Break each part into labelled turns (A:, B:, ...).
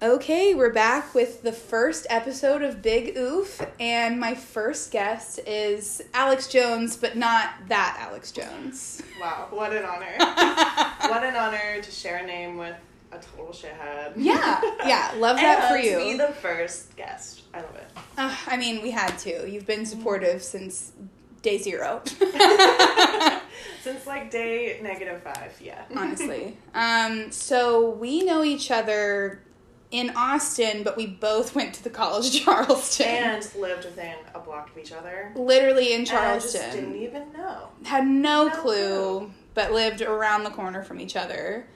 A: Okay, we're back with the first episode of Big Oof, and my first guest is Alex Jones, but not that Alex Jones.
B: Wow, what an honor. what an honor to share a name with a total shithead.
A: Yeah, yeah, love that
B: and
A: for you.
B: To be the first guest. I love it.
A: Ugh, I mean, we had to. You've been supportive since day zero,
B: Since like day negative five, yeah.
A: honestly. Um, so we know each other in Austin, but we both went to the College of Charleston.
B: and lived within a block of each other.
A: Literally in
B: And I
A: Charleston.
B: just didn't even know.
A: had no,
B: No
A: clue,
B: clue.
A: but lived around the corner from each other.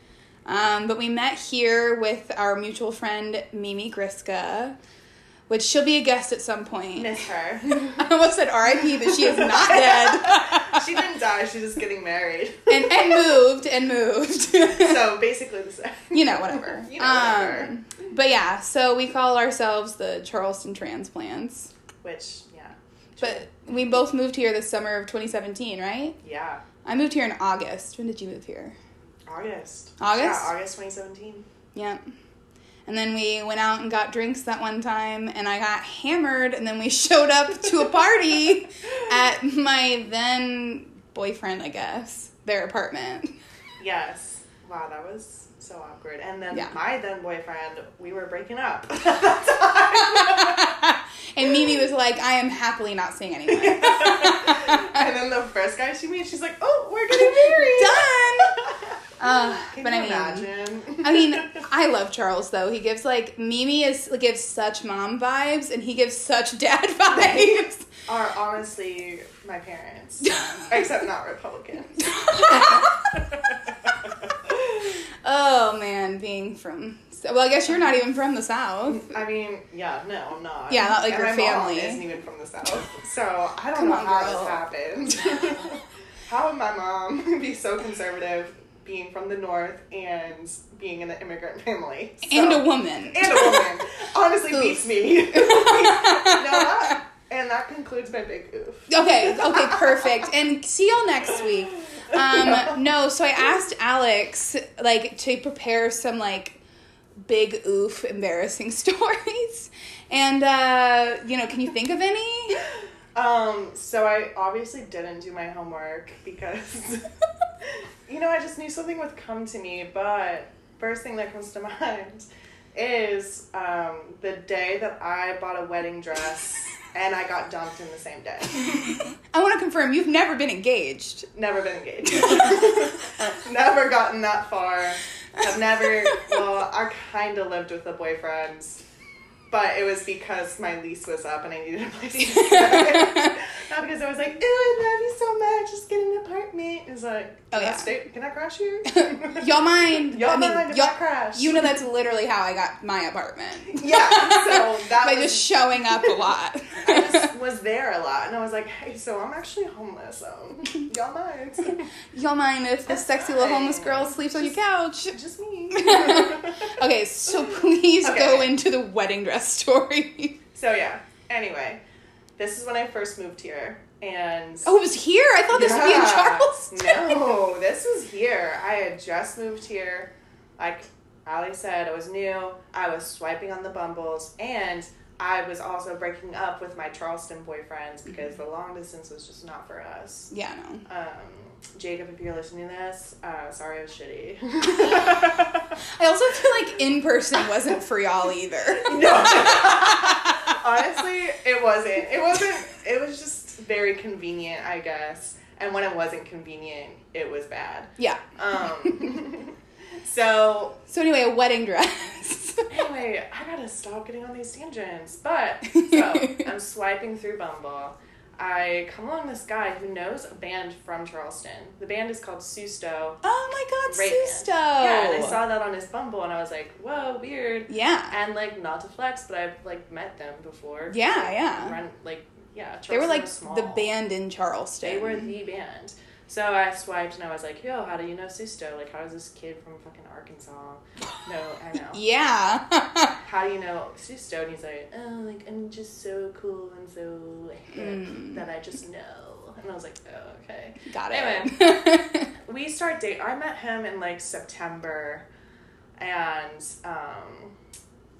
A: Um, but we met here with our mutual friend Mimi Griska, which she'll be a guest at some point.
B: Miss her.
A: I almost said R.I.P., but she is not dead.
B: she didn't die, she's just getting married.
A: and and moved and moved.
B: so basically the same.
A: you know, whatever.
B: You know, whatever.
A: Um, but yeah, so we call ourselves the Charleston transplants.
B: Which, yeah.
A: But we both moved here this summer of 2017, right?
B: Yeah.
A: I moved here in August. When did you move here?
B: August.
A: August?
B: Yeah, August 2017.
A: Yep. And then we went out and got drinks that one time, and I got hammered, and then we showed up to a party at my then boyfriend, I guess, their apartment.
B: Yes. Wow, that was so awkward. And then
A: Yeah.
B: my then boyfriend, we were breaking up.
A: and Mimi was like, I am happily not seeing anyone.
B: and then the first guy she meets, she's like, "Oh, we're getting married."
A: Done! Uh,
B: Can
A: but
B: you
A: I mean,
B: imagine?
A: I mean, I love Charles though. He gives like Mimi is gives such mom vibes, and he gives such dad vibes.
B: are honestly my parents, except not Republican.
A: Oh man, being from well, I guess you're not even from the south.
B: I mean, yeah, no, I'm not.
A: Yeah, not like
B: and
A: your
B: my
A: family.
B: Mom isn't even from the south, so I don't
A: Come
B: know
A: on,
B: how
A: girl.
B: this happened. how would my mom be so conservative, being from the north and being in an immigrant family So-
A: and a woman.
B: and a woman? Honestly,
A: Oof.
B: beats me. no, that, and that concludes my big oof.
A: Okay, okay, perfect. And see y'all next week. Um, no, so I asked Alex like to prepare some like big oof embarrassing stories. And uh, you know, can you think of any?
B: Um, so I obviously didn't do my homework because you know, I just knew something would come to me, but first thing that comes to mind is um the day that I bought a wedding dress and I got dumped in the same day.
A: I want to confirm you've never been engaged.
B: Never been engaged. never gotten that far. I've never well, I kinda lived with a boyfriend. But it was because my lease was up and I needed a place to stay. Not because I was like, ew, I love you so much, just get an apartment. It's like,
A: Oh,
B: can, I,
A: yeah.
B: stay, can I crash here?
A: Y'all mind?
B: Y'all
A: I mean,
B: mind if I crash?
A: You know that's literally how I got my apartment.
B: yeah, so that
A: By
B: was,
A: just showing up a lot.
B: I just was there a lot. And I was like, hey, so I'm actually homeless. Um, y'all mind?
A: Y'all mind if this sexy little homeless girl sleeps on your couch?
B: just me.
A: Okay, so please
B: Okay.
A: go into the wedding dress story.
B: so yeah, anyway, this is when I first moved here. And
A: Oh, it was here. I thought this would be in
B: Yeah.
A: Charleston.
B: No, this was here. I had just moved here. Like Ali said, I was new. I was swiping on the bumbles, and I was also breaking up with my Charleston boyfriends because the long distance was just not for us.
A: Yeah, no.
B: Um, Jacob, if you're listening to this, uh, sorry I was shitty.
A: I also feel like in person wasn't for y'all either.
B: Honestly, it wasn't. It wasn't. It was just very convenient, I guess. And when it wasn't convenient, it was bad.
A: Yeah.
B: Um, so
A: So anyway, a wedding dress.
B: Anyway, I gotta stop getting on these tangents. But so I'm swiping through Bumble. I come along this guy who knows a band from Charleston. The band is called Susto.
A: oh my God,
B: Ray
A: Susto.
B: Band. Yeah,
A: Oh.
B: and I saw that on his Bumble, and I was like, "Whoa, weird."
A: Yeah.
B: And like, not to flex, but I've like met them before.
A: Yeah, yeah.
B: Run, like, yeah. Charleston
A: They were like
B: was small.
A: the band in Charleston.
B: They were the band. So I swiped and I was like, "Yo, how do you know Susto? Like, how does this kid from fucking Arkansas know?" I know.
A: Yeah.
B: how do you know Susto? And he's like, oh, like I'm just so cool and so hip that I just know. And I was like, oh, okay.
A: Got it.
B: We start date. I met him in like September, and um,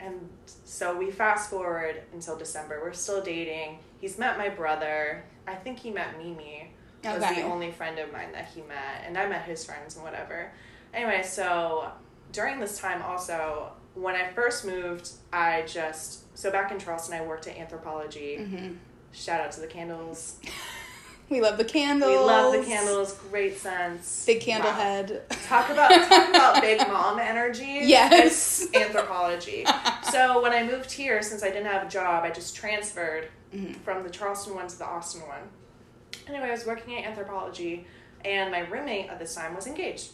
B: And so we fast forward until December. We're still dating. He's met my brother. I think he met Mimi. Was
A: Okay.
B: the only friend of mine that he met, and I met his friends and whatever. Anyway, so during this time also, when I first moved, I just so back in Charleston, I worked at anthropology. Shout out to the candles.
A: We love the candles.
B: We love the candles. Great sense.
A: Big candle
B: Wow.
A: head.
B: Talk about talk about big mom energy.
A: Yes.
B: It's anthropology. so when I moved here, since I didn't have a job, I just transferred
A: Mm-hmm.
B: from the Charleston one to the Austin one. Anyway, I was working at anthropology, and my roommate at this time was engaged.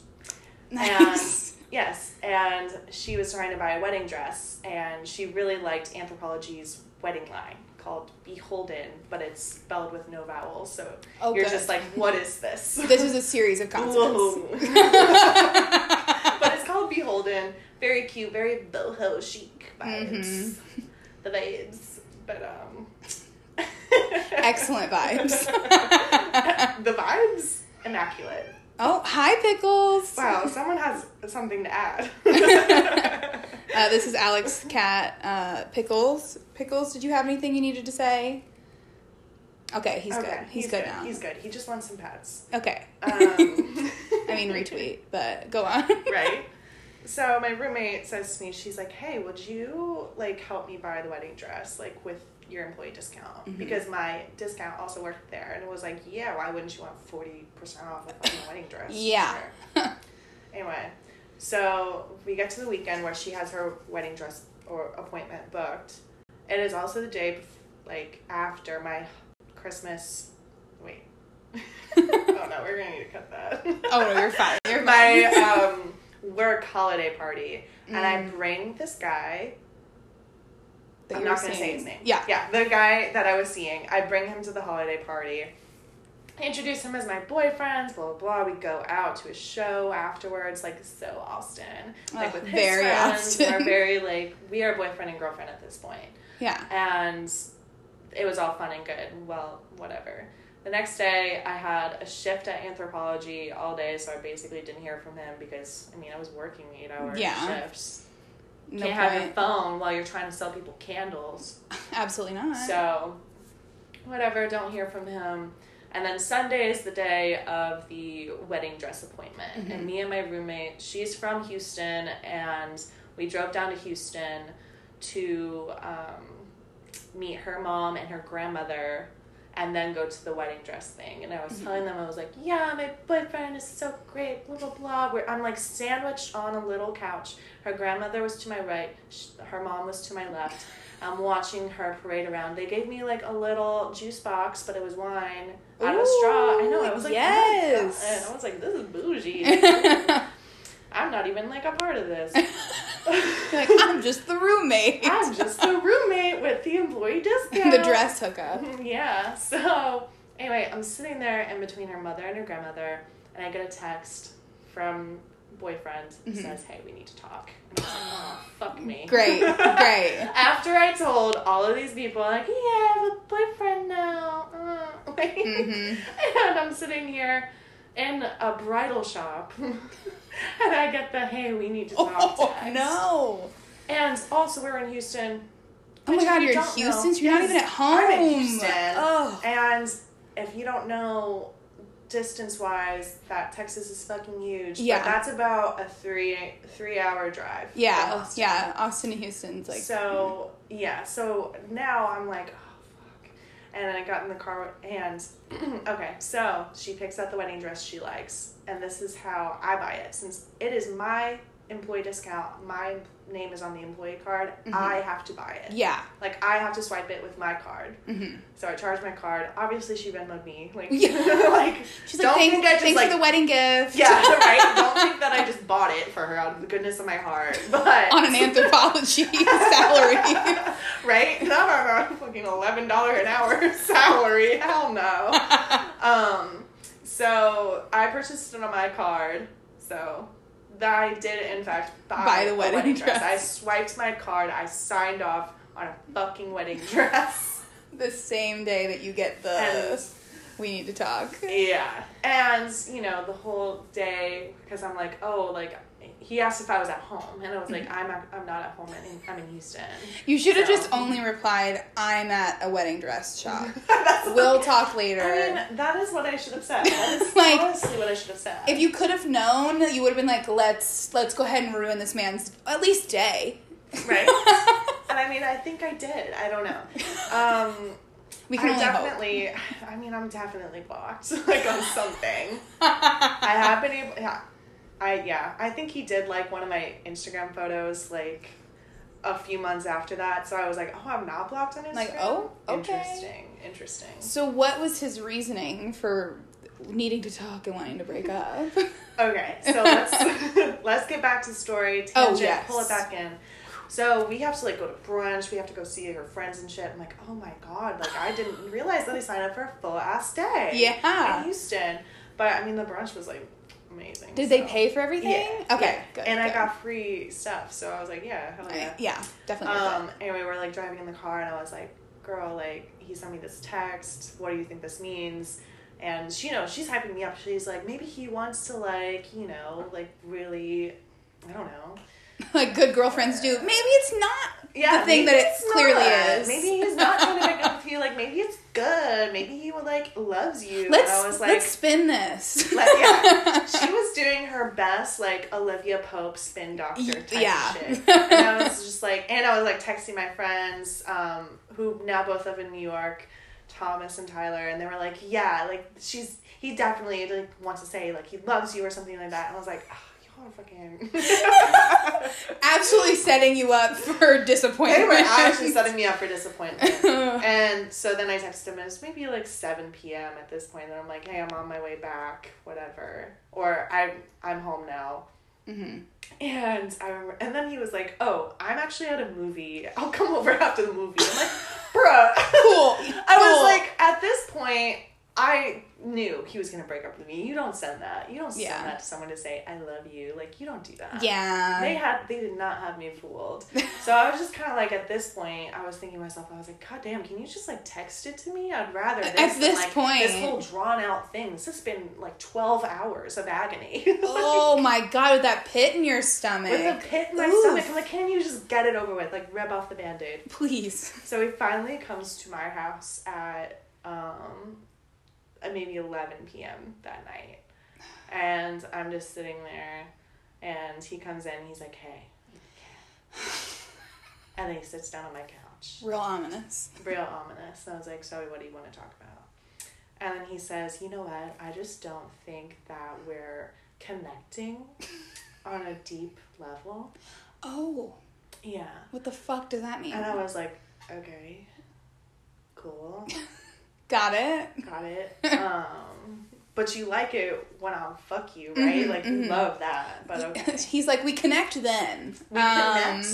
A: Nice.
B: And yes, and she was trying to buy a wedding dress, and she really liked anthropology's wedding line called "Beholden," but it's spelled with no vowels, so
A: Oh,
B: you're
A: good.
B: just like, "What is this?"
A: This is a series of consequences.
B: but it's called Beholden. Very cute, very boho chic vibes.
A: Mm-hmm.
B: The vibes. But, um.
A: Excellent vibes.
B: the vibes? Immaculate.
A: oh, hi, Pickles.
B: Wow, someone has something to add.
A: Uh, this is Alex Cat uh, Pickles. Pickles, did you have anything you needed to say? Okay, he's good. He's, good, now.
B: He's good. He just wants some pets.
A: okay.
B: Um,
A: I mean, retweet, but go on.
B: right? So my roommate says to me, she's like, "Hey, would you like help me buy the wedding dress like with your employee discount because my discount also worked there and it was like, yeah, why wouldn't you want forty percent off of a wedding dress?
A: Yeah.
B: Sure. Anyway, so we get to the weekend where she has her wedding dress or appointment booked. It is also the day, bef- like after my Christmas. Wait. oh no, we're gonna need to cut that.
A: Oh, no, you're fine. You're
B: my
A: fine.
B: um work holiday party and I bring this guy.
A: Mm. That
B: I'm
A: you were
B: not gonna say
A: seeing.
B: his name.
A: Yeah.
B: Yeah, the guy that I was seeing. I bring him to the holiday party. I introduce him as my boyfriend, blah blah blah. We go out to a show afterwards, like so Austin. Like
A: Ugh,
B: with his
A: very
B: friends.
A: Austin.
B: We're very like we are boyfriend and girlfriend at this point.
A: Yeah.
B: And it was all fun and good. Well, whatever. The next day, I had a shift at anthropology all day, so I basically didn't hear from him because, I mean, I was working eight hour
A: Yeah.
B: shifts.
A: No
B: Can't have your
A: point.
B: phone while you're trying to sell people candles.
A: Absolutely not.
B: So, whatever, don't hear from him. And then Sunday is the day of the wedding dress appointment. And me and my roommate, she's from Houston, and we drove down to Houston to um, meet her mom and her grandmother and then go to the wedding dress thing. And I
A: Mm-hmm.
B: was telling them, I was like, yeah, my boyfriend is so great, blah, blah, blah. We're, I'm like sandwiched on a little couch. Her grandmother was to my right, sh her mom was to my left. I'm watching her parade around. They gave me like a little juice box, but it was wine out of a straw. I know, I was like, oh my God.
A: Yes.
B: And I was like, this is bougie. I'm not even like a part of this.
A: You're like, I'm just the roommate.
B: I'm just the roommate with the employee discount.
A: the dress hookup.
B: Yeah. So anyway, I'm sitting there in between her mother and her grandmother, and I get a text from boyfriend who says, "Hey, we need to talk." And I'm like, oh, fuck me.
A: Mm-hmm. Great, great.
B: After I told all of these people, like, yeah, I have a boyfriend now. Uh, like,
A: Mm-hmm.
B: And I'm sitting here in a bridal shop, and I get the, hey, we need to talk
A: Oh
B: text.
A: no!
B: And also, we're in Houston.
A: Oh my
B: Which
A: God,
B: we
A: you're in
B: don't know.
A: Houston. so You're not
B: Yes,
A: even at home.
B: I'm in Houston.
A: Oh,
B: And if you don't know distance wise, that Texas is fucking huge.
A: Yeah.
B: But that's about a three three hour drive. from
A: yeah,
B: Austin.
A: yeah. Austin and Houston's like
B: so yeah, so now I'm like, oh fuck. And I got in the car and okay, so she picks out the wedding dress she likes, and this is how I buy it since it is my employee discount. My name is on the employee card.
A: Mm-hmm.
B: I have to buy it.
A: yeah, mm-hmm.
B: Like I have to swipe it with my card. So I charge my card. Obviously, she Venmoed me. Like,
A: Yeah.
B: like
A: She's
B: don't
A: like, thanks,
B: think I just
A: thanks
B: like
A: for the wedding gift.
B: yeah, right. Don't think that I just bought it for her out of the goodness of my heart. But
A: on an anthropology salary.
B: right? Not on a fucking eleven dollar an hour salary. Hell no. um, so I purchased it on my card. So that I did in fact buy,
A: Buy the
B: a
A: wedding dress.
B: I swiped my card. I signed off on a fucking wedding dress.
A: the same day that you get the,
B: And-
A: we need to talk.
B: Yeah. And, you know, the whole day, because I'm like, oh, like, he asked if I was at home, and I was like, I'm, at, I'm not at home. and I'm in Houston.
A: You should have
B: So-
A: just only replied, I'm at a wedding dress shop.
B: That's
A: we'll talk later.
B: I mean, that is what I should have said. That is
A: Like,
B: honestly what I should have said.
A: if you could have known, you would have been like, let's let's go ahead and ruin this man's at least day.
B: Right. and I mean, I think I did. I don't know. Um,
A: we can
B: I
A: only hope.
B: definitely. I mean, I'm definitely blocked, like on something. I have been able. Yeah, I yeah. I think he did like one of my Instagram photos, like a few months after that. So I was like, oh, I'm not blocked on Instagram.
A: Like, oh, okay.
B: interesting, interesting.
A: So, what was his reasoning for needing to talk and wanting to break up?
B: Okay, so let's let's get back to the story. Tangent,
A: Oh, yes.
B: pull it back in. So we have to like go to brunch. We have to go see her friends and shit. I'm like, oh my god, like I didn't realize that I signed up for a full ass day.
A: Yeah.
B: in Houston. But I mean, the brunch was like amazing.
A: Did they
B: so-
A: pay for everything?
B: Yeah.
A: Okay,
B: yeah.
A: good.
B: And I
A: good.
B: got free stuff, so I was like, yeah, hell
A: Alright,
B: yeah.
A: yeah, definitely. worth
B: Um, anyway, we're like driving in the car, and I was like, "Girl, like he sent me this text. What do you think this means?" And she, you know, she's hyping me up. She's like, "Maybe he wants to like, you know, like really, I don't know."
A: it. like good girlfriends do. Maybe it's not the thing that
B: maybe
A: it
B: it's
A: clearly
B: not.
A: is.
B: Maybe he's not trying to make up for you. Like maybe it's good. Maybe he would like loves you. And
A: Let's
B: I was like,
A: let's spin this.
B: Like, yeah. she was doing her best, like Olivia Pope spin doctor type
A: Yeah.
B: shit. And I was just like, and I was like texting my friends, um, who now both live in New York, Thomas and Tyler, and they were like, yeah, like she's he definitely like wants to say like he loves you or something like that. And I was like, oh, y'all are fucking.
A: Absolutely setting you up for
B: they
A: disappointment.
B: were actually setting me up for disappointment. And so then I texted him, and it's maybe like 7 p.m. at this point, and I'm like, hey, I'm on my way back, whatever. Or I, I'm home now. Mm-hmm. And I remember, and then he was like, oh, I'm actually at a movie. I'll come over after the movie. I'm like, bruh.
A: cool.
B: I
A: cool.
B: was like, at this point, I knew he was going to break up with me. You don't send that. You don't send
A: Yeah.
B: that to someone to say, I love you. Like, you don't do that.
A: yeah.
B: They had they did not have me fooled. So I was just kind of like at this point, I was thinking to myself, I was like, God damn, can you just like text it to me? I'd rather this
A: At
B: than,
A: this
B: like,
A: point.
B: this whole drawn out thing. This has been like twelve hours of agony.
A: oh my god, with that pit in your stomach.
B: With a pit in my
A: Oof.
B: stomach, I'm like, can you just get it over with? Like, rip off the band aid.
A: Please.
B: So he finally comes to my house at um, at maybe 11 p.m. that night. And I'm just sitting there, and he comes in, he's like, hey. And then he sits down on my couch.
A: Real ominous.
B: Real ominous. And I was like, Zoe, what do you want to talk about? And then he says, you know what? I just don't think that we're connecting on a deep level.
A: Oh,
B: Yeah.
A: what the fuck does that mean?
B: And I was like, okay, cool.
A: Got it.
B: Got it. Um, but you like it when I'll fuck you, right? like you love that. But okay.
A: He's like, we connect then.
B: We
A: Um,
B: connect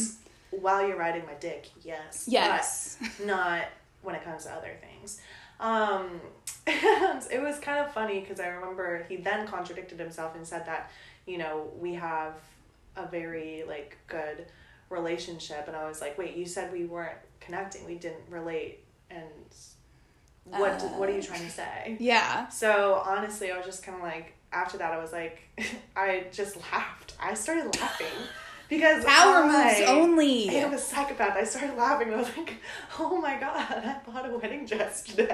B: while you're riding my dick, yes.
A: Yes.
B: But not when it comes to other things. Um, and it was kind of funny because I remember he then contradicted himself and said that, you know, we have a very like good relationship and I was like, Wait, you said we weren't connecting, we didn't relate and what what are you
A: Uh.
B: trying to say?
A: Yeah.
B: So honestly, I was just kind of like, after that, I was like, I just laughed. I started laughing because
A: Power
B: I
A: moves only.
B: am a psychopath. I started laughing. I was like, oh my god, I bought a wedding dress today.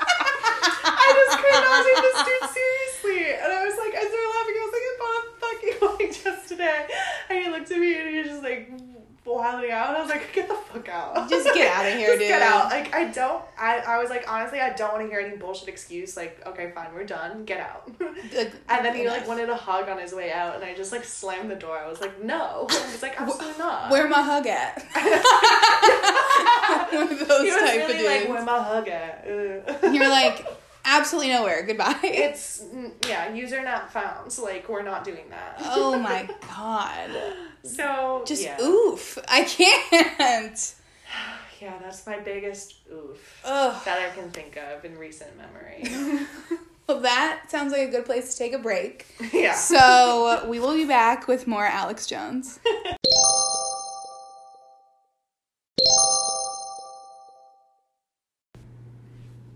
B: I just could not take this dude seriously. And I was like, I started laughing. I was like, I bought a fucking wedding dress today. And he looked at me and he was just like, wilding out. And I was like, get the fuck out.
A: Just get outta here,
B: Just
A: dude.
B: Get out. Like, I don't, I, I was like, honestly, I don't want to hear any bullshit excuse. Like, okay, fine, we're done. Get out.
A: Like,
B: And then he
A: enough.
B: like wanted a hug on his way out, and I just like slammed the door. I was like, "No!" I was like, "Absolutely not."
A: Where my hug at? One of those
B: he was
A: type
B: really like,
A: of
B: "Where
A: dudes.
B: my hug at?" Uh.
A: You're like, absolutely nowhere. Goodbye.
B: "It's mm, yeah, user not found. So, like, we're not doing that."
A: oh my god.
B: So
A: Just
B: yeah,
A: oof. I can't.
B: yeah, that's my biggest oof
A: Ugh.
B: that I can think of in recent memory.
A: Well, that sounds like a good place to take a break.
B: yeah.
A: So we will be back with more Alex Jones.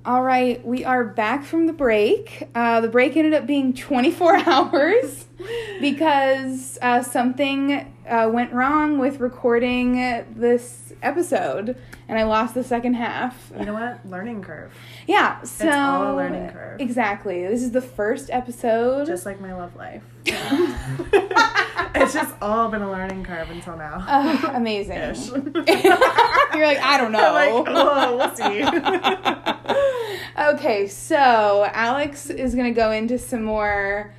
A: All right, we are back from the break. Uh, the break ended up being 24 hours because uh, something uh, went wrong with recording this episode, and I lost the second half.
B: You know what? Learning curve.
A: Yeah, so
B: all a learning curve.
A: Exactly. This is the first episode.
B: Just like my love life. it's just all been a learning curve until now.
A: Ugh, Oh, amazing.
B: Ish.
A: You're like, I don't know.
B: like, oh, we'll see.
A: Okay, so Alex is going to go into some more.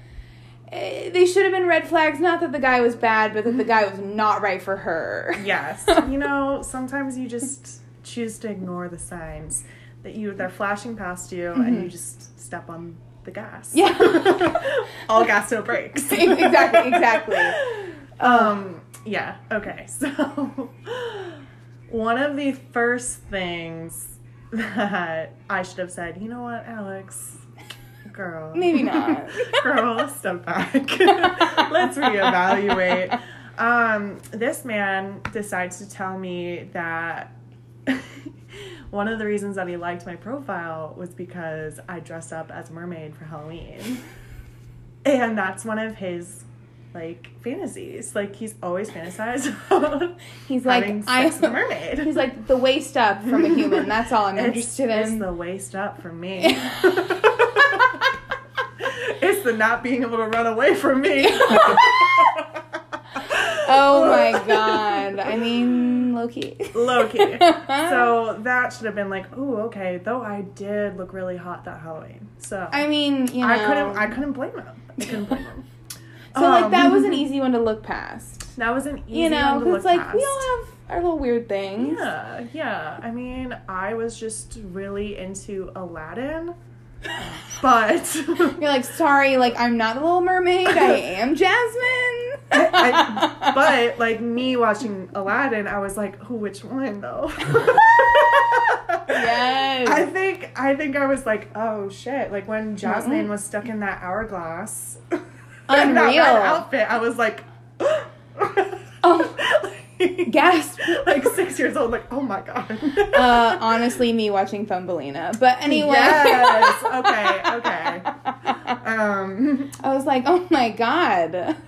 A: eh, They should have been red flags. Not that the guy was bad, but that the guy was not right for her.
B: yes. You know, sometimes you just choose to ignore the signs that you they're flashing past you and you just step on the gas.
A: Mm-hmm. Yeah.
B: all gas no breaks.
A: exactly, exactly.
B: Um, yeah, okay. So one of the first things that I should have said, you know what, Alex, girl.
A: Maybe not.
B: girl, step back. Let's reevaluate. Um, this man decides to tell me that one of the reasons that he liked my profile was because I dressed up as a mermaid for Halloween. And that's one of his like fantasies. Like he's always fantasized about
A: He's
B: having
A: like, I.
B: sex with a mermaid.
A: He's like the waist up from a human. That's all I'm
B: It's-
A: interested
B: It's
A: in.
B: the waist up for me. it's the not being able to run away from me.
A: Oh my god. I mean, Loki.
B: Loki. So that should have been like, ooh, okay. Though I did look really hot that Halloween, so
A: I mean, you know.
B: I couldn't, I couldn't blame him. I couldn't blame him.
A: so like that
B: Um,
A: was an easy one to look past.
B: that was an easy
A: You know,
B: one to
A: because
B: look
A: like
B: past.
A: we all have our little weird things.
B: Yeah, yeah. I mean, I was just really into Aladdin, but
A: You're like, sorry, like I'm not the Little Mermaid. I am Jasmine.
B: I, but like me watching Aladdin, I was like, oh, which one though?
A: yes.
B: I think I think I was like, oh shit! Like when Jasmine was stuck in that hourglass, in that red
A: Unreal.
B: outfit. I was like,
A: Oh.
B: like,
A: Gasp.
B: like six years old. Like, oh my god.
A: Uh, honestly, me watching Thumbelina. But anyway,
B: Yes. Okay. Okay. Um.
A: I was like, oh my god.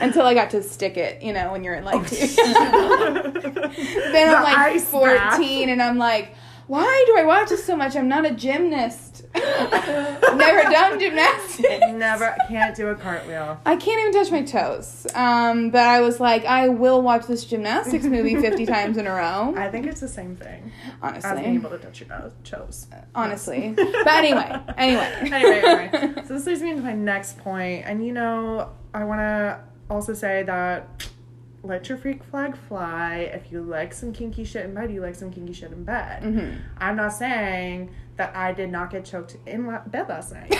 A: Until I got to stick it, you know, when you're in like, then
B: Oh, The
A: I'm like
B: ice bath.
A: 14, and I'm like, why do I watch this so much? I'm not a gymnast. Never done gymnastics.
B: Never can't do a cartwheel.
A: I can't even touch my toes. Um, but I was like, I will watch this gymnastics movie 50 times in a row.
B: I think it's the same thing. as being
A: Honestly.
B: able to touch your nose. Chose.
A: Honestly. But anyway, anyway.
B: anyway, anyway. So this leads me into my next point, and you know, I want to also say that let your freak flag fly. If you like some kinky shit in bed, you like some kinky shit in bed.
A: Mm-hmm.
B: I'm not saying that I did not get choked in la- bed last night.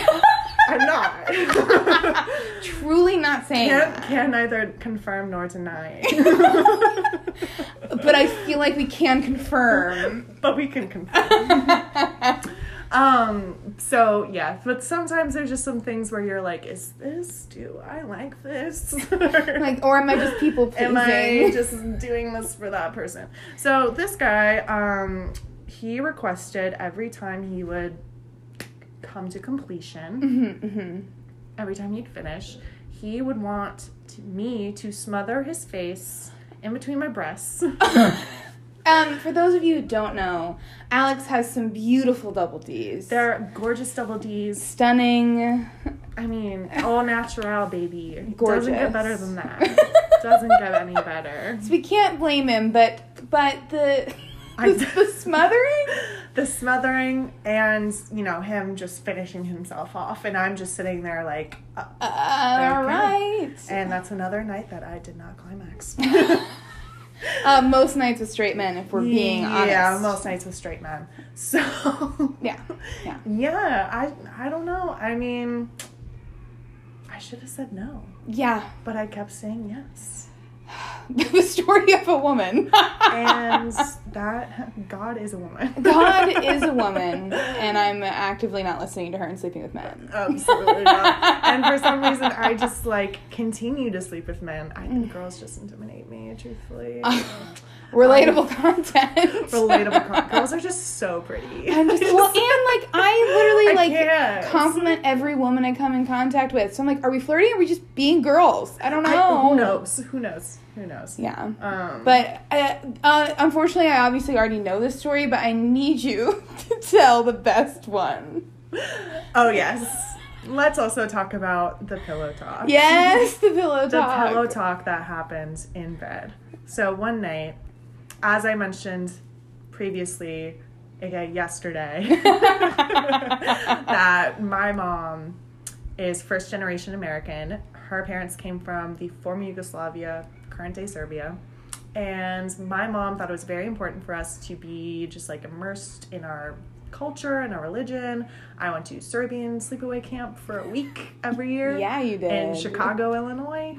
B: I'm not.
A: Truly not saying
B: can,
A: that.
B: can neither confirm nor deny,
A: But I feel like we can confirm.
B: but we can confirm. Um, so yeah, but sometimes there's just some things where you're like, is this, do I like this?
A: like, or am I just people pleasing?
B: Am I just doing this for that person? So this guy, um, he requested every time he would come to completion,
A: Mm-hmm,
B: every time he'd finish, he would want to, me to smother his face in between my breasts.
A: Um, for those of you who don't know, Alex has some beautiful double Ds.
B: They're gorgeous double D's.
A: stunning.
B: I mean, all natural, baby. It Doesn't
A: Gorgeous.
B: get better than that. Doesn't get any better.
A: So we can't blame him, but but the
B: I-
A: the, the smothering.
B: The smothering and, you know, him just finishing himself off. And I'm just sitting there like, uh,
A: Uh, all right.
B: and that's another night that I did not climax.
A: Uh, most nights with straight men, if we're being honest.
B: Yeah, most nights with straight men. So,
A: Yeah, yeah.
B: yeah, I, I don't know. I mean, I should have said no,
A: Yeah.
B: but I kept saying yes.
A: the story of a woman.
B: and that God is a woman.
A: God is a woman, and I'm actively not listening to her and sleeping with men.
B: Absolutely not. And for some reason, I just like continue to sleep with men. I
A: Mm.
B: think girls just intimidate me, truthfully.
A: Relatable content.
B: Relatable. Con- girls are just so pretty.
A: I'm just well, and like I literally
B: I
A: like
B: can't.
A: compliment every woman I come in contact with. So I'm like, are we flirting? Or are we just being girls? I don't know.
B: I- who knows? Who knows? Who knows?
A: Oh. Yeah.
B: Um,
A: But uh, uh, unfortunately, I obviously already know this story, but I need you to tell the best one.
B: oh yes. Let's also talk about the pillow talk.
A: Yes, the pillow
B: the
A: talk.
B: pillow talk that happened in bed. So one night, as I mentioned previously, aka yesterday, that my mom is first generation American. Her parents came from the former Yugoslavia, current day Serbia. And my mom thought it was very important for us to be just like immersed in our culture and our religion. I went to Serbian sleepaway camp for a week every year
A: Yeah, you did.
B: in Chicago, Illinois.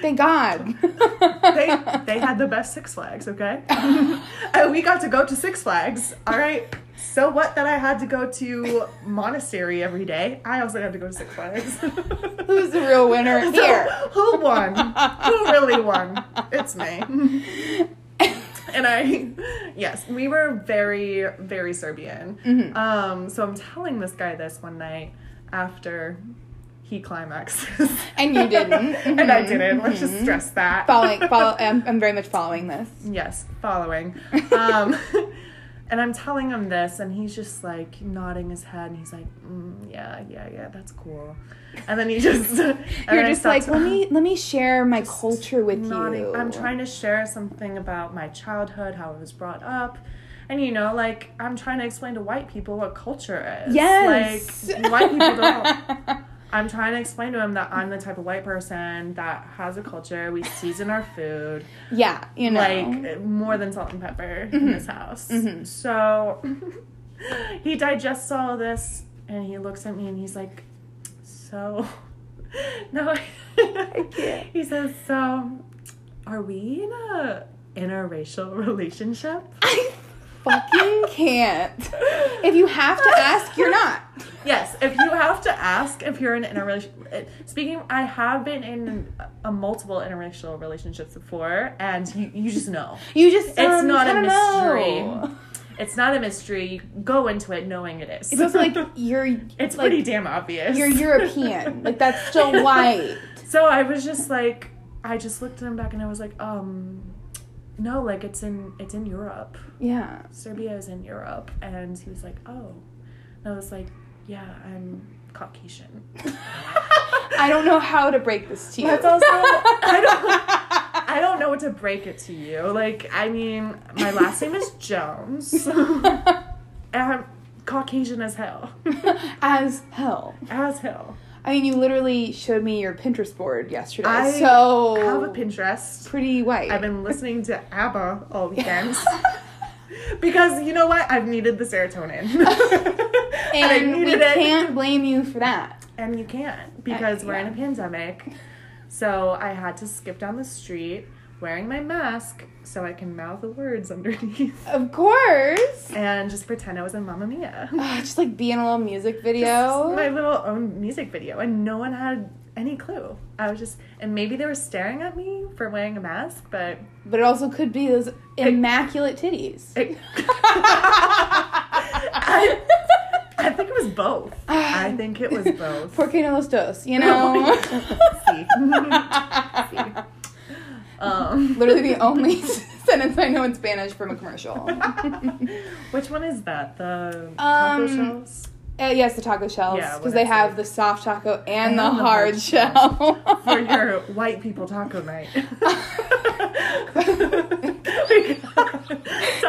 A: Thank God.
B: they they had the best Six Flags, okay? and we got to go to Six Flags. All right. So what that I had to go to monastery every day. I also had to go to Six Flags.
A: Who's the real winner
B: So,
A: here?
B: who won? who really won? It's me. And I, yes, we were very, very Serbian.
A: Mm-hmm.
B: Um, so I'm telling this guy this one night after he climaxes.
A: And you didn't. Mm-hmm.
B: and I didn't. Let's just stress that.
A: following, follow, I'm, I'm very much following this.
B: Yes, following. Um, and I'm telling him this, and he's just like nodding his head, and he's like, mm, "Yeah, yeah, yeah, that's cool." And then he just and
A: You're
B: I
A: just
B: stopped
A: like, let me let me share my culture with
B: nodding.
A: you.
B: I'm trying to share something about my childhood, how I was brought up. And you know, like I'm trying to explain to white people what culture is.
A: Yes.
B: Like white people don't I'm trying to explain to him that I'm the type of white person that has a culture, we season our food.
A: yeah, you know.
B: like eh, more than salt and pepper
A: Mm-hmm.
B: in this house. So he digests all of this and he looks at me and he's like, So, no,
A: can't.
B: he says, So, are we in a interracial relationship?
A: I fucking can't. If you have to ask, you're not.
B: Yes, if you have to ask if you're in an interracial. Speaking, I have been in a multiple interracial relationships before, and you, you just know.
A: You just
B: It's
A: um,
B: not
A: I
B: a
A: don't
B: mystery.
A: know.
B: It's not a mystery. You go into it knowing it is.
A: It's also like you're
B: It's
A: like
B: pretty damn obvious.
A: you're European. Like that's still white.
B: so I was just like, I just looked at him back and I was like, um, no, like it's in it's in Europe.
A: Yeah.
B: Serbia is in Europe, and he was like, oh, and I was like, yeah, I'm Caucasian.
A: I don't know how to break this to you.
B: That's also I don't I don't know what to break it to you. Like I mean, my last name is Jones. and I'm Caucasian as hell,
A: As hell.
B: as hell.
A: I mean, you literally showed me your Pinterest board yesterday.
B: I
A: so
B: I have a Pinterest.
A: pretty white.
B: I've been listening to ABBA all weekend. because you know what? I've needed the serotonin. and I
A: and we
B: needed it.
A: can't blame you for that.
B: And you can't because we're in a
A: yeah.
B: pandemic. So I had to skip down the street wearing my mask so I can mouth the words underneath
A: Of course.
B: and just pretend I was in Mamma Mia.
A: Ugh, just like be in a little music video.
B: My little own music video, and no one had any clue. I was just, and maybe they were staring at me for wearing a mask, but
A: But it also could be those immaculate titties.
B: It- I, I think it was both. I
A: Um,
B: think it was both.
A: Porque no los dos, you know?
B: See. See. Um,
A: Literally the only sentence I know in Spanish from a commercial.
B: which one is that? The taco
A: Um,
B: shells?
A: Uh, yes, the taco shells
B: Yeah,
A: because
B: what
A: they
B: I
A: have
B: said.
A: the soft taco and,
B: And
A: the,
B: the
A: hard,
B: hard
A: shell.
B: For your white people taco night. Taco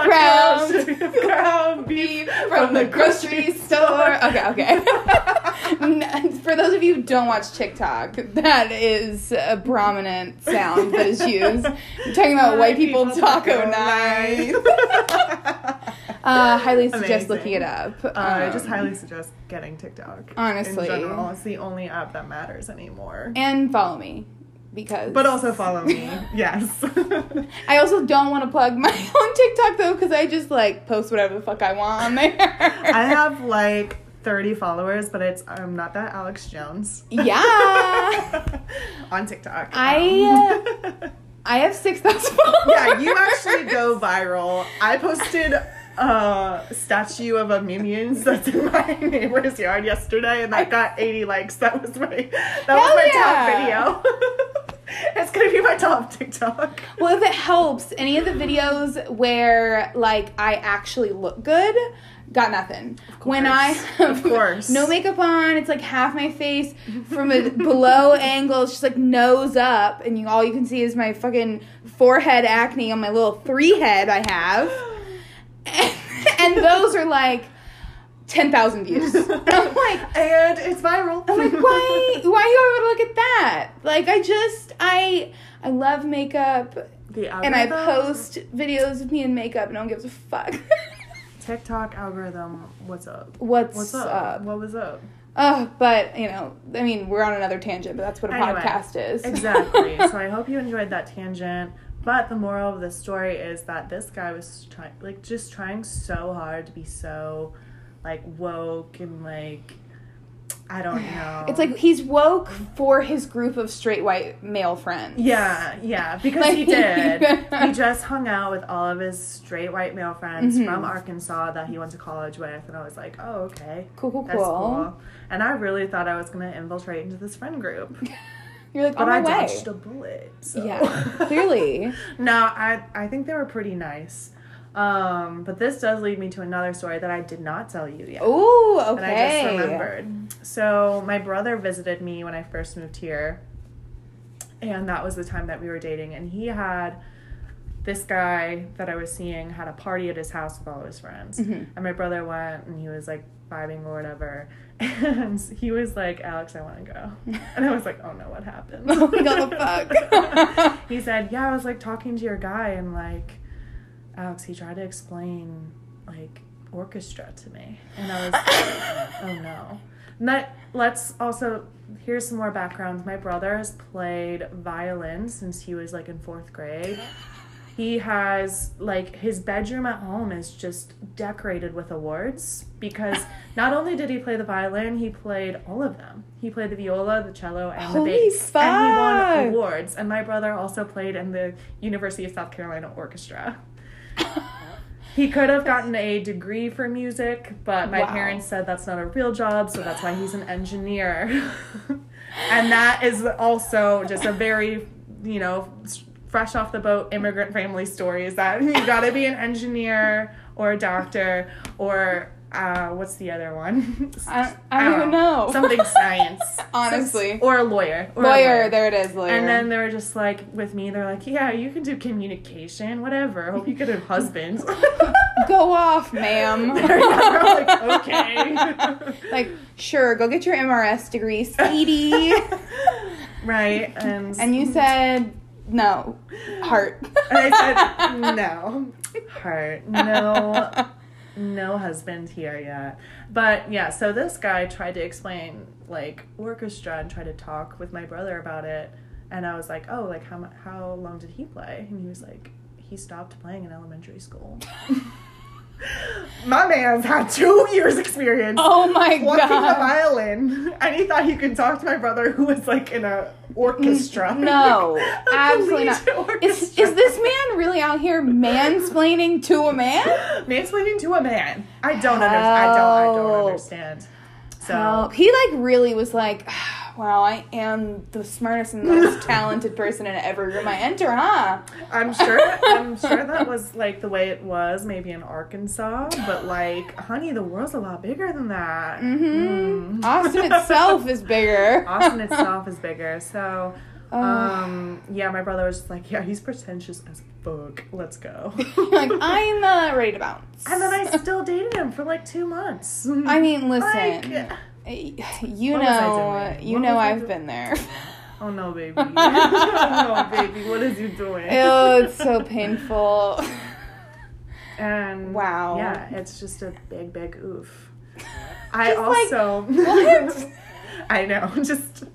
A: Ground.
B: should be ground beef.
A: Beef from the grocery store. Okay, okay. N- For those of you who don't watch TikTok, that is a prominent sound that is used. We're talking about white people, taco, night. Uh, highly suggest
B: Amazing.
A: looking it up. Um,
B: Uh, I just highly suggest getting TikTok.
A: Honestly.
B: in general, it's the only app that matters anymore.
A: and follow me because
B: But also follow me. yes.
A: I also don't want to plug my own TikTok though because I just like post whatever the fuck I want on there.
B: I have like 30 followers, but it's I'm not that Alex Jones.
A: yeah,
B: On TikTok.
A: I- uh,
B: Um,
A: I have six thousand followers.
B: yeah, you actually go viral. I posted a statue of a minions that's in my neighbor's yard yesterday, and that got 80 likes. That was my that was my
A: Hell
B: top video. it's gonna be my top TikTok.
A: Well, if it helps, any of the videos where like I actually look good, got nothing. When I
B: course.
A: have
B: Of course.
A: no makeup on, it's like half my face from a below angle. It's just like nose up, and you all you can see is my fucking forehead acne on my little three head I have, and, those are like ten thousand views. And I'm like,
B: And it's viral.
A: I'm like, why? Why you ever look at that? Like, I just I I love makeup
B: The
A: and I
B: algorithm-
A: post videos of me in makeup. No one gives a fuck.
B: TikTok algorithm. What's up?
A: What's,
B: What's up?
A: up?
B: What was up?
A: Oh, but you know, I mean, we're on another tangent, but that's what a
B: Anyway,
A: podcast is.
B: Exactly. so I hope you enjoyed that tangent. But the moral of the story is that this guy was trying, like, just trying so hard to be so, like, woke and like, I don't know.
A: it's like he's woke for his group of straight white male friends.
B: Yeah, yeah, because he
A: Like-
B: did. he just hung out with all of his straight white male friends
A: Mm-hmm.
B: from Arkansas that he went to college with, and I was like, oh, okay.
A: Cool, cool, cool.
B: That's cool. And I really thought I was going to infiltrate into this friend group.
A: You're like, on
B: But
A: Oh my
B: I
A: way.
B: dodged a bullet. so.
A: Yeah, clearly.
B: No, I I think they were pretty nice. Um, but this does lead me to another story that I did not tell you yet.
A: Ooh,
B: And I
A: okay.
B: just remembered. So my brother visited me when I first moved here. And that was the time that we were dating and he had this guy that I was seeing had a party at his house with all his friends.
A: Mm-hmm.
B: And my brother went and he was like vibing or whatever. And he was like, Alex, I want to go. And I was like, oh no, what happened?
A: Oh my God, the fuck.
B: he said, yeah, I was like talking to your guy and like, Alex, he tried to explain like orchestra to me. And I was like, oh no. Let, let's also, here's some more background. My brother has played violin since he was like in fourth grade. He has like his bedroom at home is just decorated with awards because not only did he play the violin, he played all of them. He played the viola, the cello, and
A: Holy
B: the bass, and he won
A: fuck.
B: awards. And my brother also played in the University of South Carolina Orchestra. He could have gotten a degree for music, but my
A: Wow.
B: parents said that's not a real job, so that's why he's an engineer. and that is also just a very, you know, s- fresh off the boat immigrant family story is that you gotta be an engineer or a doctor or uh, what's the other one?
A: I don't, I don't even know.
B: Something science.
A: Honestly.
B: Or a lawyer. Or a
A: Lawyer, there it is, lawyer.
B: and then they were just like, with me, they're like, yeah, you can do communication, whatever. Hope you get a husband.
A: go off, ma'am.
B: I'm like, okay.
A: like, sure, go get your MRS degree, sweetie.
B: right. And,
A: and you said no, heart.
B: and I said, no. Heart. No. No husband here yet. But yeah, so this guy tried to explain like orchestra and tried to talk with my brother about it. And I was like, oh, like how, mu- how long did he play? And he was like, he stopped playing in elementary school. My man's had two years experience
A: oh my
B: plucking the
A: god.
B: violin, and he thought he could talk to my brother, who was like in a orchestra.
A: No,
B: A
A: absolutely
B: collegiate
A: not. Is,
B: Orchestra.
A: is this man really out here mansplaining to a man?
B: mansplaining to a man? I don't understand. I don't. I
A: Help.
B: don't understand. So
A: Oh, he like really was like, wow, I am the smartest and most talented person in every room I enter, huh?
B: I'm sure. I'm sure that was like the way it was, maybe in Arkansas. But like, honey, the world's a lot bigger than that.
A: hmm Austin itself is bigger.
B: Austin itself is bigger. So,
A: Oh.
B: um, yeah, my brother was just like, yeah, he's pretentious as fuck. Let's go.
A: like I'm not ready to bounce.
B: And then I still dated him for like two months.
A: I mean,
B: Like, uh,
A: listen, you
B: What was I
A: know,
B: doing?
A: you
B: What
A: know,
B: was I
A: I've
B: doing?
A: been there.
B: oh no, baby. oh no, baby. What is you doing?
A: Oh, it's so painful.
B: And
A: Wow.
B: Yeah, it's just a big, big oof. I
A: Just like,
B: also.
A: what?
B: I know. Just.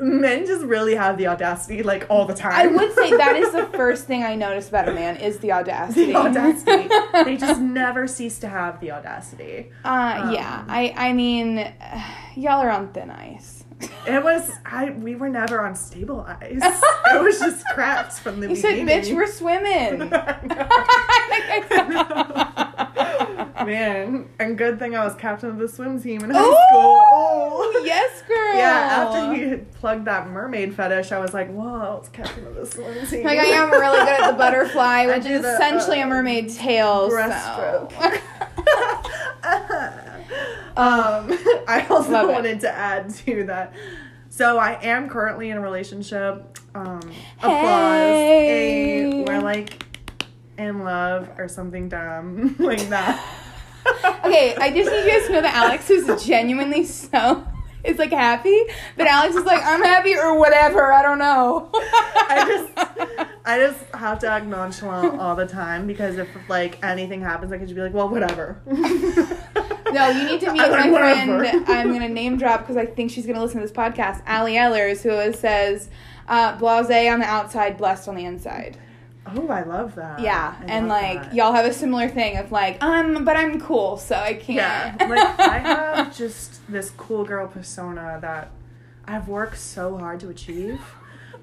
B: men just really have the audacity like all the time.
A: I would say that is the first thing I notice about a man is the audacity.
B: the audacity. they just um, never cease to have the audacity.
A: Uh, yeah. I I mean, y'all are on thin ice.
B: It was I we were never on stable ice. it was just craps from the
A: You said,
B: beginning.
A: "Bitch, we're swimming."
B: Man, and good thing I was captain of the swim team in high
A: Ooh!
B: school. Oh.
A: yes, girl.
B: Yeah, after he had plugged that mermaid fetish, I was like, whoa, it's captain of the swim team.
A: Like I am really good at the butterfly, which
B: do
A: is
B: the,
A: essentially a
B: uh,
A: mermaid tail. So.
B: breaststroke. um, I also
A: Love it.
B: wanted to add to that. So I am currently in a relationship. Um,
A: Hey.
B: Applause. Hey, we're like in love or something dumb like that.
A: okay, I just need you guys to know that Alex is genuinely so is like happy, but Alex is like I'm happy or whatever. I don't know.
B: I just, I just have to act nonchalant all the time because if like anything happens, I could just be like, well, whatever.
A: No, you need to meet
B: I'm like,
A: my friend.
B: "Whatever."
A: I'm gonna name drop because I think she's gonna listen to this podcast. Allie Ellers, who always says, uh, "Blase on the outside, blessed on the inside."
B: Oh, I love that.
A: Yeah,
B: I
A: and
B: love
A: like
B: that.
A: y'all have a similar thing of like, um, but I'm cool, so I can't.
B: Yeah, like I have just this cool girl persona that I've worked so hard to achieve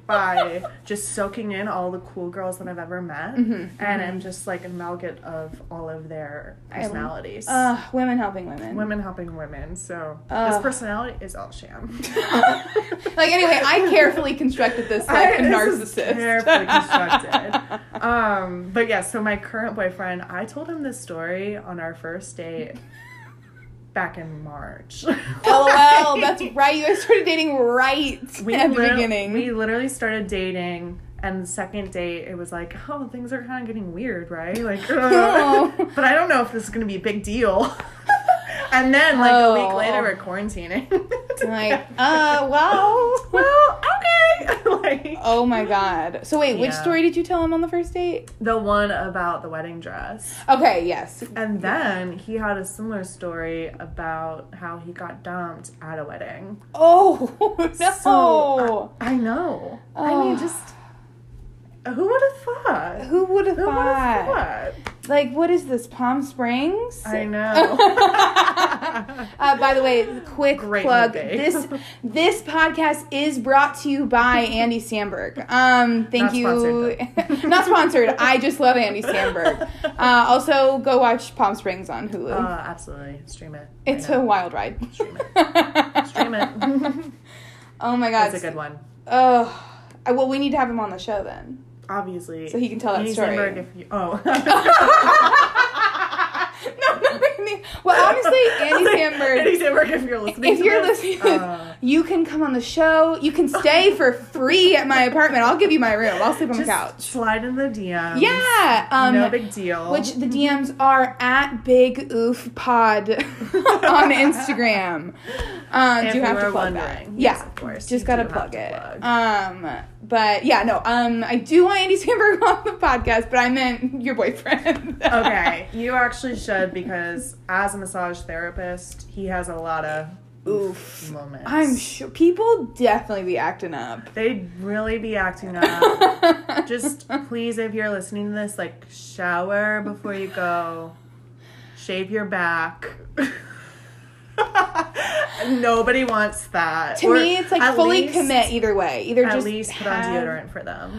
B: by just soaking in all the cool girls that I've ever met,
A: Mm-hmm,
B: and I'm just like an amalgam of all of their personalities.
A: Ugh, women helping women.
B: Women helping women, so
A: Ugh.
B: this personality is all sham.
A: like anyway, I carefully constructed this like a
B: I- this is
A: narcissist.
B: Terribly constructed. um, but yeah, so my current boyfriend, I told him this story on our first date back in March.
A: LOL. Oh, That's right. You guys started dating right at the
B: literally-
A: beginning.
B: We literally started dating, and the second date, it was like, oh, things are kind of getting weird, right? Like, uh,
A: No.
B: but I don't know if this is going to be a big deal. and then, like, a week
A: Oh.
B: later, we're quarantining.
A: like, uh, well.
B: well, okay. like,
A: Oh my god. So wait, which
B: Yeah.
A: story did you tell him on the first date?
B: the one about the wedding dress.
A: Okay, yes.
B: And then he had a similar story about how he got dumped at a wedding.
A: Oh no. Oh.
B: So, I, I know. I
A: Ugh.
B: mean, just who would have thought?
A: Oh, Who would have
B: Who would
A: thought?
B: have thought?
A: Like, what is this? Palm Springs?
B: I know.
A: Uh, by the way, quick
B: Great
A: plug:
B: movie.
A: this this podcast is brought to you by Andy Samberg. Um, thank
B: Not
A: you.
B: sponsored.
A: Not sponsored. I just love Andy Samberg. Uh, also, go watch Palm Springs on Hulu.
B: uh, absolutely. Stream it.
A: it's
B: Right
A: a wild ride.
B: Stream Stream it.
A: oh my
B: now.
A: god!
B: It's a good one.
A: Oh, I- well, we need to have him on the show then,
B: Obviously.
A: so he can tell that
B: Andy
A: story.
B: Samberg, if you, oh.
A: no, no, I mean- well, honestly, Andy Samberg.
B: Andy Samberg, if you're listening
A: if
B: to
A: you're
B: this,
A: listening,
B: uh,
A: you can come on the show. You can stay for free at my apartment. I'll give you my room. I'll sleep on the
B: just
A: couch.
B: slide in the DMs.
A: Yeah. Um,
B: no big deal.
A: Which the DMs are at Big Oof Pod on Instagram. Uh,
B: If
A: do
B: you
A: have to
B: were
A: plug that.
B: wondering.
A: Yeah,
B: Yes, of course.
A: Just
B: You
A: gotta
B: do have
A: plug
B: to
A: it.
B: plug.
A: Um, but yeah, no. Um, I do want Andy Samberg on the podcast, but I meant your boyfriend.
B: okay, you actually should because as a massage therapist, he has a lot of
A: Oof.
B: moments.
A: I'm sure people definitely be acting up.
B: They'd really be acting up. Just please, if you're listening to this, like shower before you go, shave your back. Nobody wants that.
A: to
B: Or
A: me, it's like
B: at
A: fully
B: least-
A: commit either way. Either
B: At
A: just
B: least put on
A: have-
B: deodorant for them.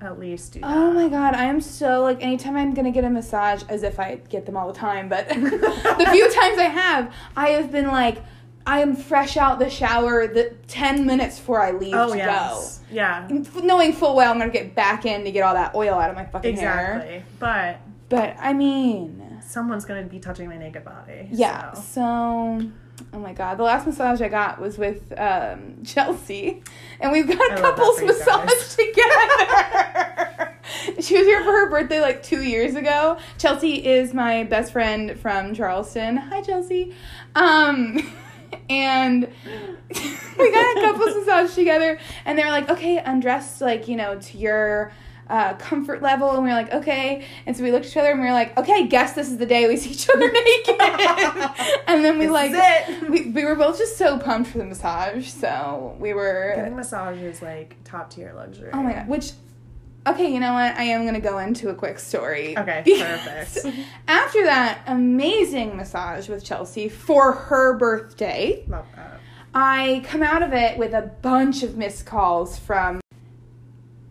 B: At least do that.
A: Oh my god, I am so like anytime I'm gonna get a massage, as if I get them all the time, but the few times I have, I have been like, I am fresh out the shower the ten minutes before I leave
B: Oh
A: to
B: yes. Yeah.
A: go. F- Knowing full well I'm gonna get back in to get all that oil out of my fucking hair.
B: Exactly. But
A: But I mean
B: someo's gonna be touching my naked body.
A: Yeah.
B: so.
A: So oh my god. The last massage I got was with um, Chelsea. And we've got
B: I
A: a
B: love that
A: couples
B: for you
A: massage
B: guys.
A: together. she was here for her birthday like two years ago. Chelsea is my best friend from Charleston. Hi Chelsea. Um and we got a couples massage together and they were like, okay, undress like, you know, to your uh, comfort level, and we were like, okay. And so we looked at each other and we were like, okay, guess this is the day we see each other naked. and then we like, We, we were both just so pumped for the massage, so we
B: Getting
A: were.
B: massage is like top tier luxury.
A: Oh my god! Which, okay, you know what? I am gonna go into a quick story.
B: Okay,
A: because
B: perfect.
A: After that amazing massage with Chelsea for her birthday,
B: Love that.
A: I come out of it with a bunch of missed calls from.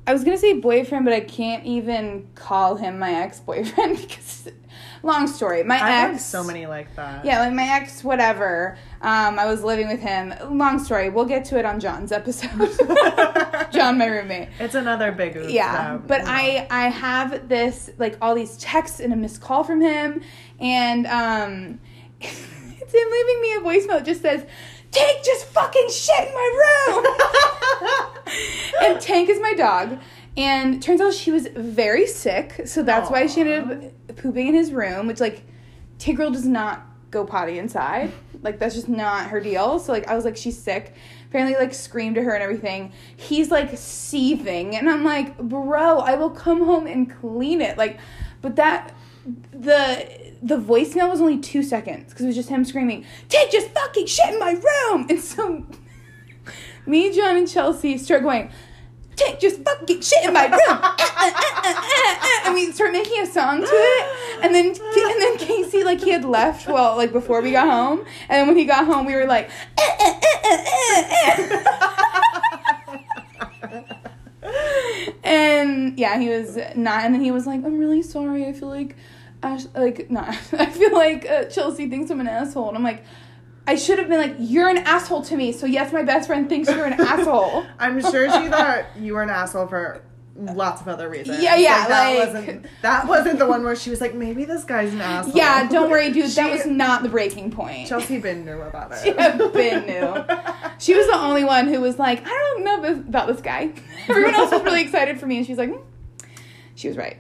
A: I was gonna say boyfriend, but I can't even call him my ex boyfriend because. Long story. My
B: I have
A: ex.
B: so many like that.
A: Yeah, like my ex, whatever. Um, I was living with him. Long story. We'll get to it on John's episode. John, my roommate.
B: It's um, another big oof.
A: Yeah,
B: though,
A: but
B: you know.
A: I I have this like all these texts and a missed call from him, and um, it's him leaving me a voicemail. It just says, "Tank just fucking shit in my room," and Tank is my dog. And turns out she was very sick, so that's why she ended up pooping in his room, which like Tigreal does not go potty inside. Like that's just not her deal. So like I was like, she's sick. Apparently like screamed to her and everything. He's like seething, and I'm like, bro, I will come home and clean it. Like, but that the the voicemail was only two seconds because it was just him screaming, "Take just fucking shit in my room," and so me, John, and Chelsea start going, Take just fucking shit in my room. Ah, ah, ah, ah, ah. And we start making a song to it. And then and then Casey, like, he had left, well, like, before we got home. And then when he got home, we were like, "Ah, ah, ah, eh, ah, ah, ah." And yeah, he was not. And then he was like, I'm really sorry. I feel like, Ash, like, not. I feel like uh, Chelsea thinks I'm an asshole. And I'm like, I should have been like, you're an asshole to me. So yes, my best friend thinks you're an asshole.
B: I'm sure she thought you were an asshole for lots of other reasons.
A: Yeah, yeah,
B: that
A: like-
B: wasn't that wasn't the one where she was like, maybe this guy's an asshole.
A: Yeah, don't worry, dude. that
B: She-
A: was not the breaking point.
B: Chelsea Bin knew about it.
A: She had been new. She was the only one who was like, I don't know this, about this guy. Everyone else was really excited for me, and she's like, "Mm." she was right.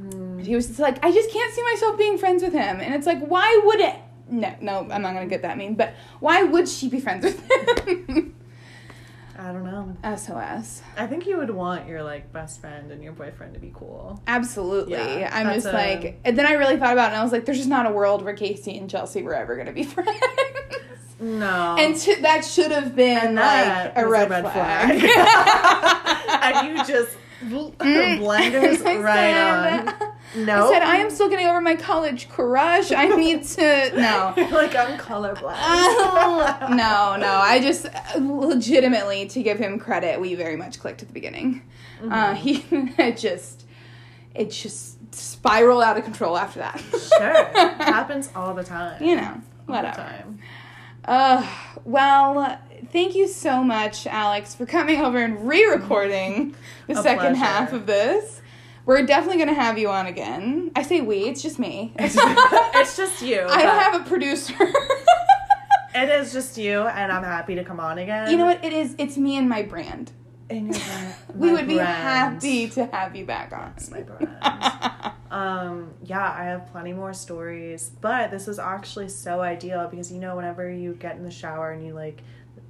B: Mm.
A: She was just like, I just can't see myself being friends with him. And it's like, why would it? No, no, I'm not gonna get that mean. But why would she be friends with him?
B: I don't know.
A: SOS.
B: I think you would want your like best friend and your boyfriend to be cool.
A: Absolutely.
B: Yeah,
A: I'm
B: that's
A: just
B: a-
A: like, and then I really thought about it, and I was like, there's just not a world where Casey and Chelsea were ever gonna be friends.
B: No.
A: And to, that should have been
B: Oh. And
A: like
B: that
A: a
B: was
A: red, flag.
B: and you just bl- blinders
A: I
B: right
A: said-
B: on. No.
A: I said I am still getting over my college crush. I need to no.
B: like I'm colorblind.
A: Oh, no, no. I just legitimately to give him credit, we very much clicked at the beginning. Uh, he
B: Mm-hmm.
A: it just it just spiraled out of control after that.
B: sure. Happens all the time.
A: you know,
B: All the
A: whatever.
B: time.
A: Uh, well, thank you so much, Alex, for coming over and re-recording the
B: A
A: second
B: pleasure.
A: half of this. We're definitely gonna have you on again. I say we; it's just me.
B: it's just you.
A: I
B: but
A: don't have a producer.
B: It is just you, and I'm happy to come on again.
A: you know what? It is. It's me and my brand.
B: And you're my-
A: We
B: my
A: would be
B: brand.
A: happy to have you back on.
B: It's my brand. um, yeah, I have plenty more stories, but this is actually so ideal because you know, whenever you get in the shower and you like,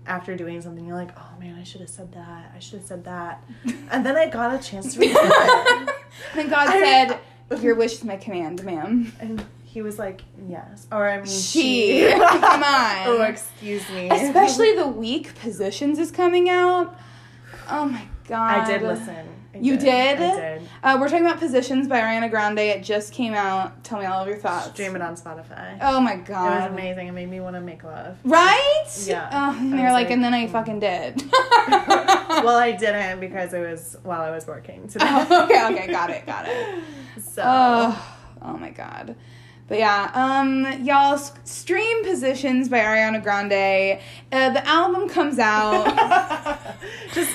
B: after doing something, you're like, oh man, I should have said that. I should have said that. And then I got a chance to remember it.
A: then God
B: I-
A: said, "Your wish is my command, ma'am."
B: And he was like, yes. Or I mean,
A: She,
B: she.
A: come on.
B: oh, excuse me.
A: Especially the week positions is coming out. Oh my god!
B: I did listen. I
A: You
B: I
A: did?
B: did.
A: Uh, we're talking about positions by Ariana Grande. It just came out. Tell me all of your thoughts.
B: Stream it on Spotify.
A: Oh my
B: It was
A: god!
B: amazing. It made me want to make love.
A: Right?
B: Yeah.
A: Oh, and
B: I
A: they're
B: was
A: like,
B: like,
A: and then I fucking did.
B: well, I didn't because it was while I was working today.
A: Oh, okay, okay, got it, got it.
B: So
A: Oh, oh my god. But yeah, um, y'all s- stream positions by Ariana Grande. Uh, the album comes out
B: just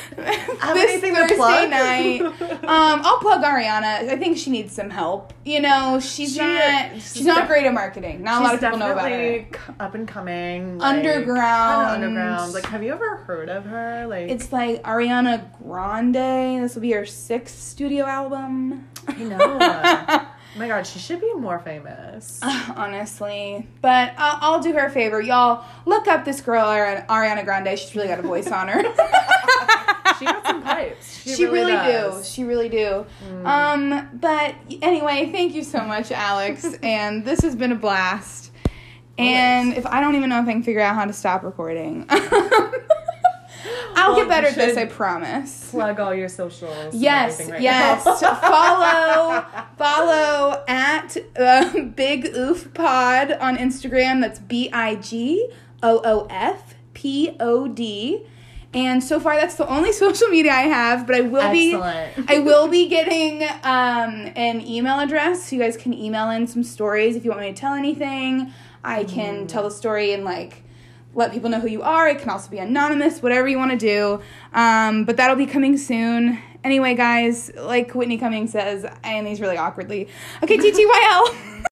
B: have
A: this
B: anything
A: Thursday
B: to plug?
A: night. Um, I'll plug Ariana. I think she needs some help. You know, she's
B: She-
A: not she's,
B: she's
A: not
B: def-
A: great at marketing. Not a lot of
B: She's
A: people know about
B: definitely
A: her.
B: c- Up and coming,
A: Underground.
B: kinda underground. Like, have you ever heard of her? Like,
A: It's like Ariana Grande. This will be her sixth studio album.
B: I know.
A: uh,
B: oh my God, she should be more famous.
A: honestly. But I'll, I'll do her a favor. Y'all, look up this girl, Ari- Ariana Grande. She's really got a voice on her.
B: She got some pipes. She's She,
A: she really, do.
B: does. Mm.
A: She really do. Um, but anyway, thank you so much, Alex. and this has been a blast. And if I don't even know if I can figure out how to stop recording, I'll
B: Well,
A: get better at
B: you
A: this.
B: should-
A: I promise.
B: Plug all your socials. and
A: Yes,
B: everything right
A: yes.
B: now.
A: follow, follow at um, Big Oof Pod on Instagram. That's B I G O O F P O D. And so far, that's the only social media I have. But I will
B: Excellent.
A: be, I will be getting um, an email address so you guys can email in some stories if you want me to tell anything. I can tell the story and like let people know who you are. It can also be anonymous, whatever you want to do. Um, but that'll be coming soon. Anyway, guys, like Whitney Cummings says, I end these really awkwardly. Okay, TTYL.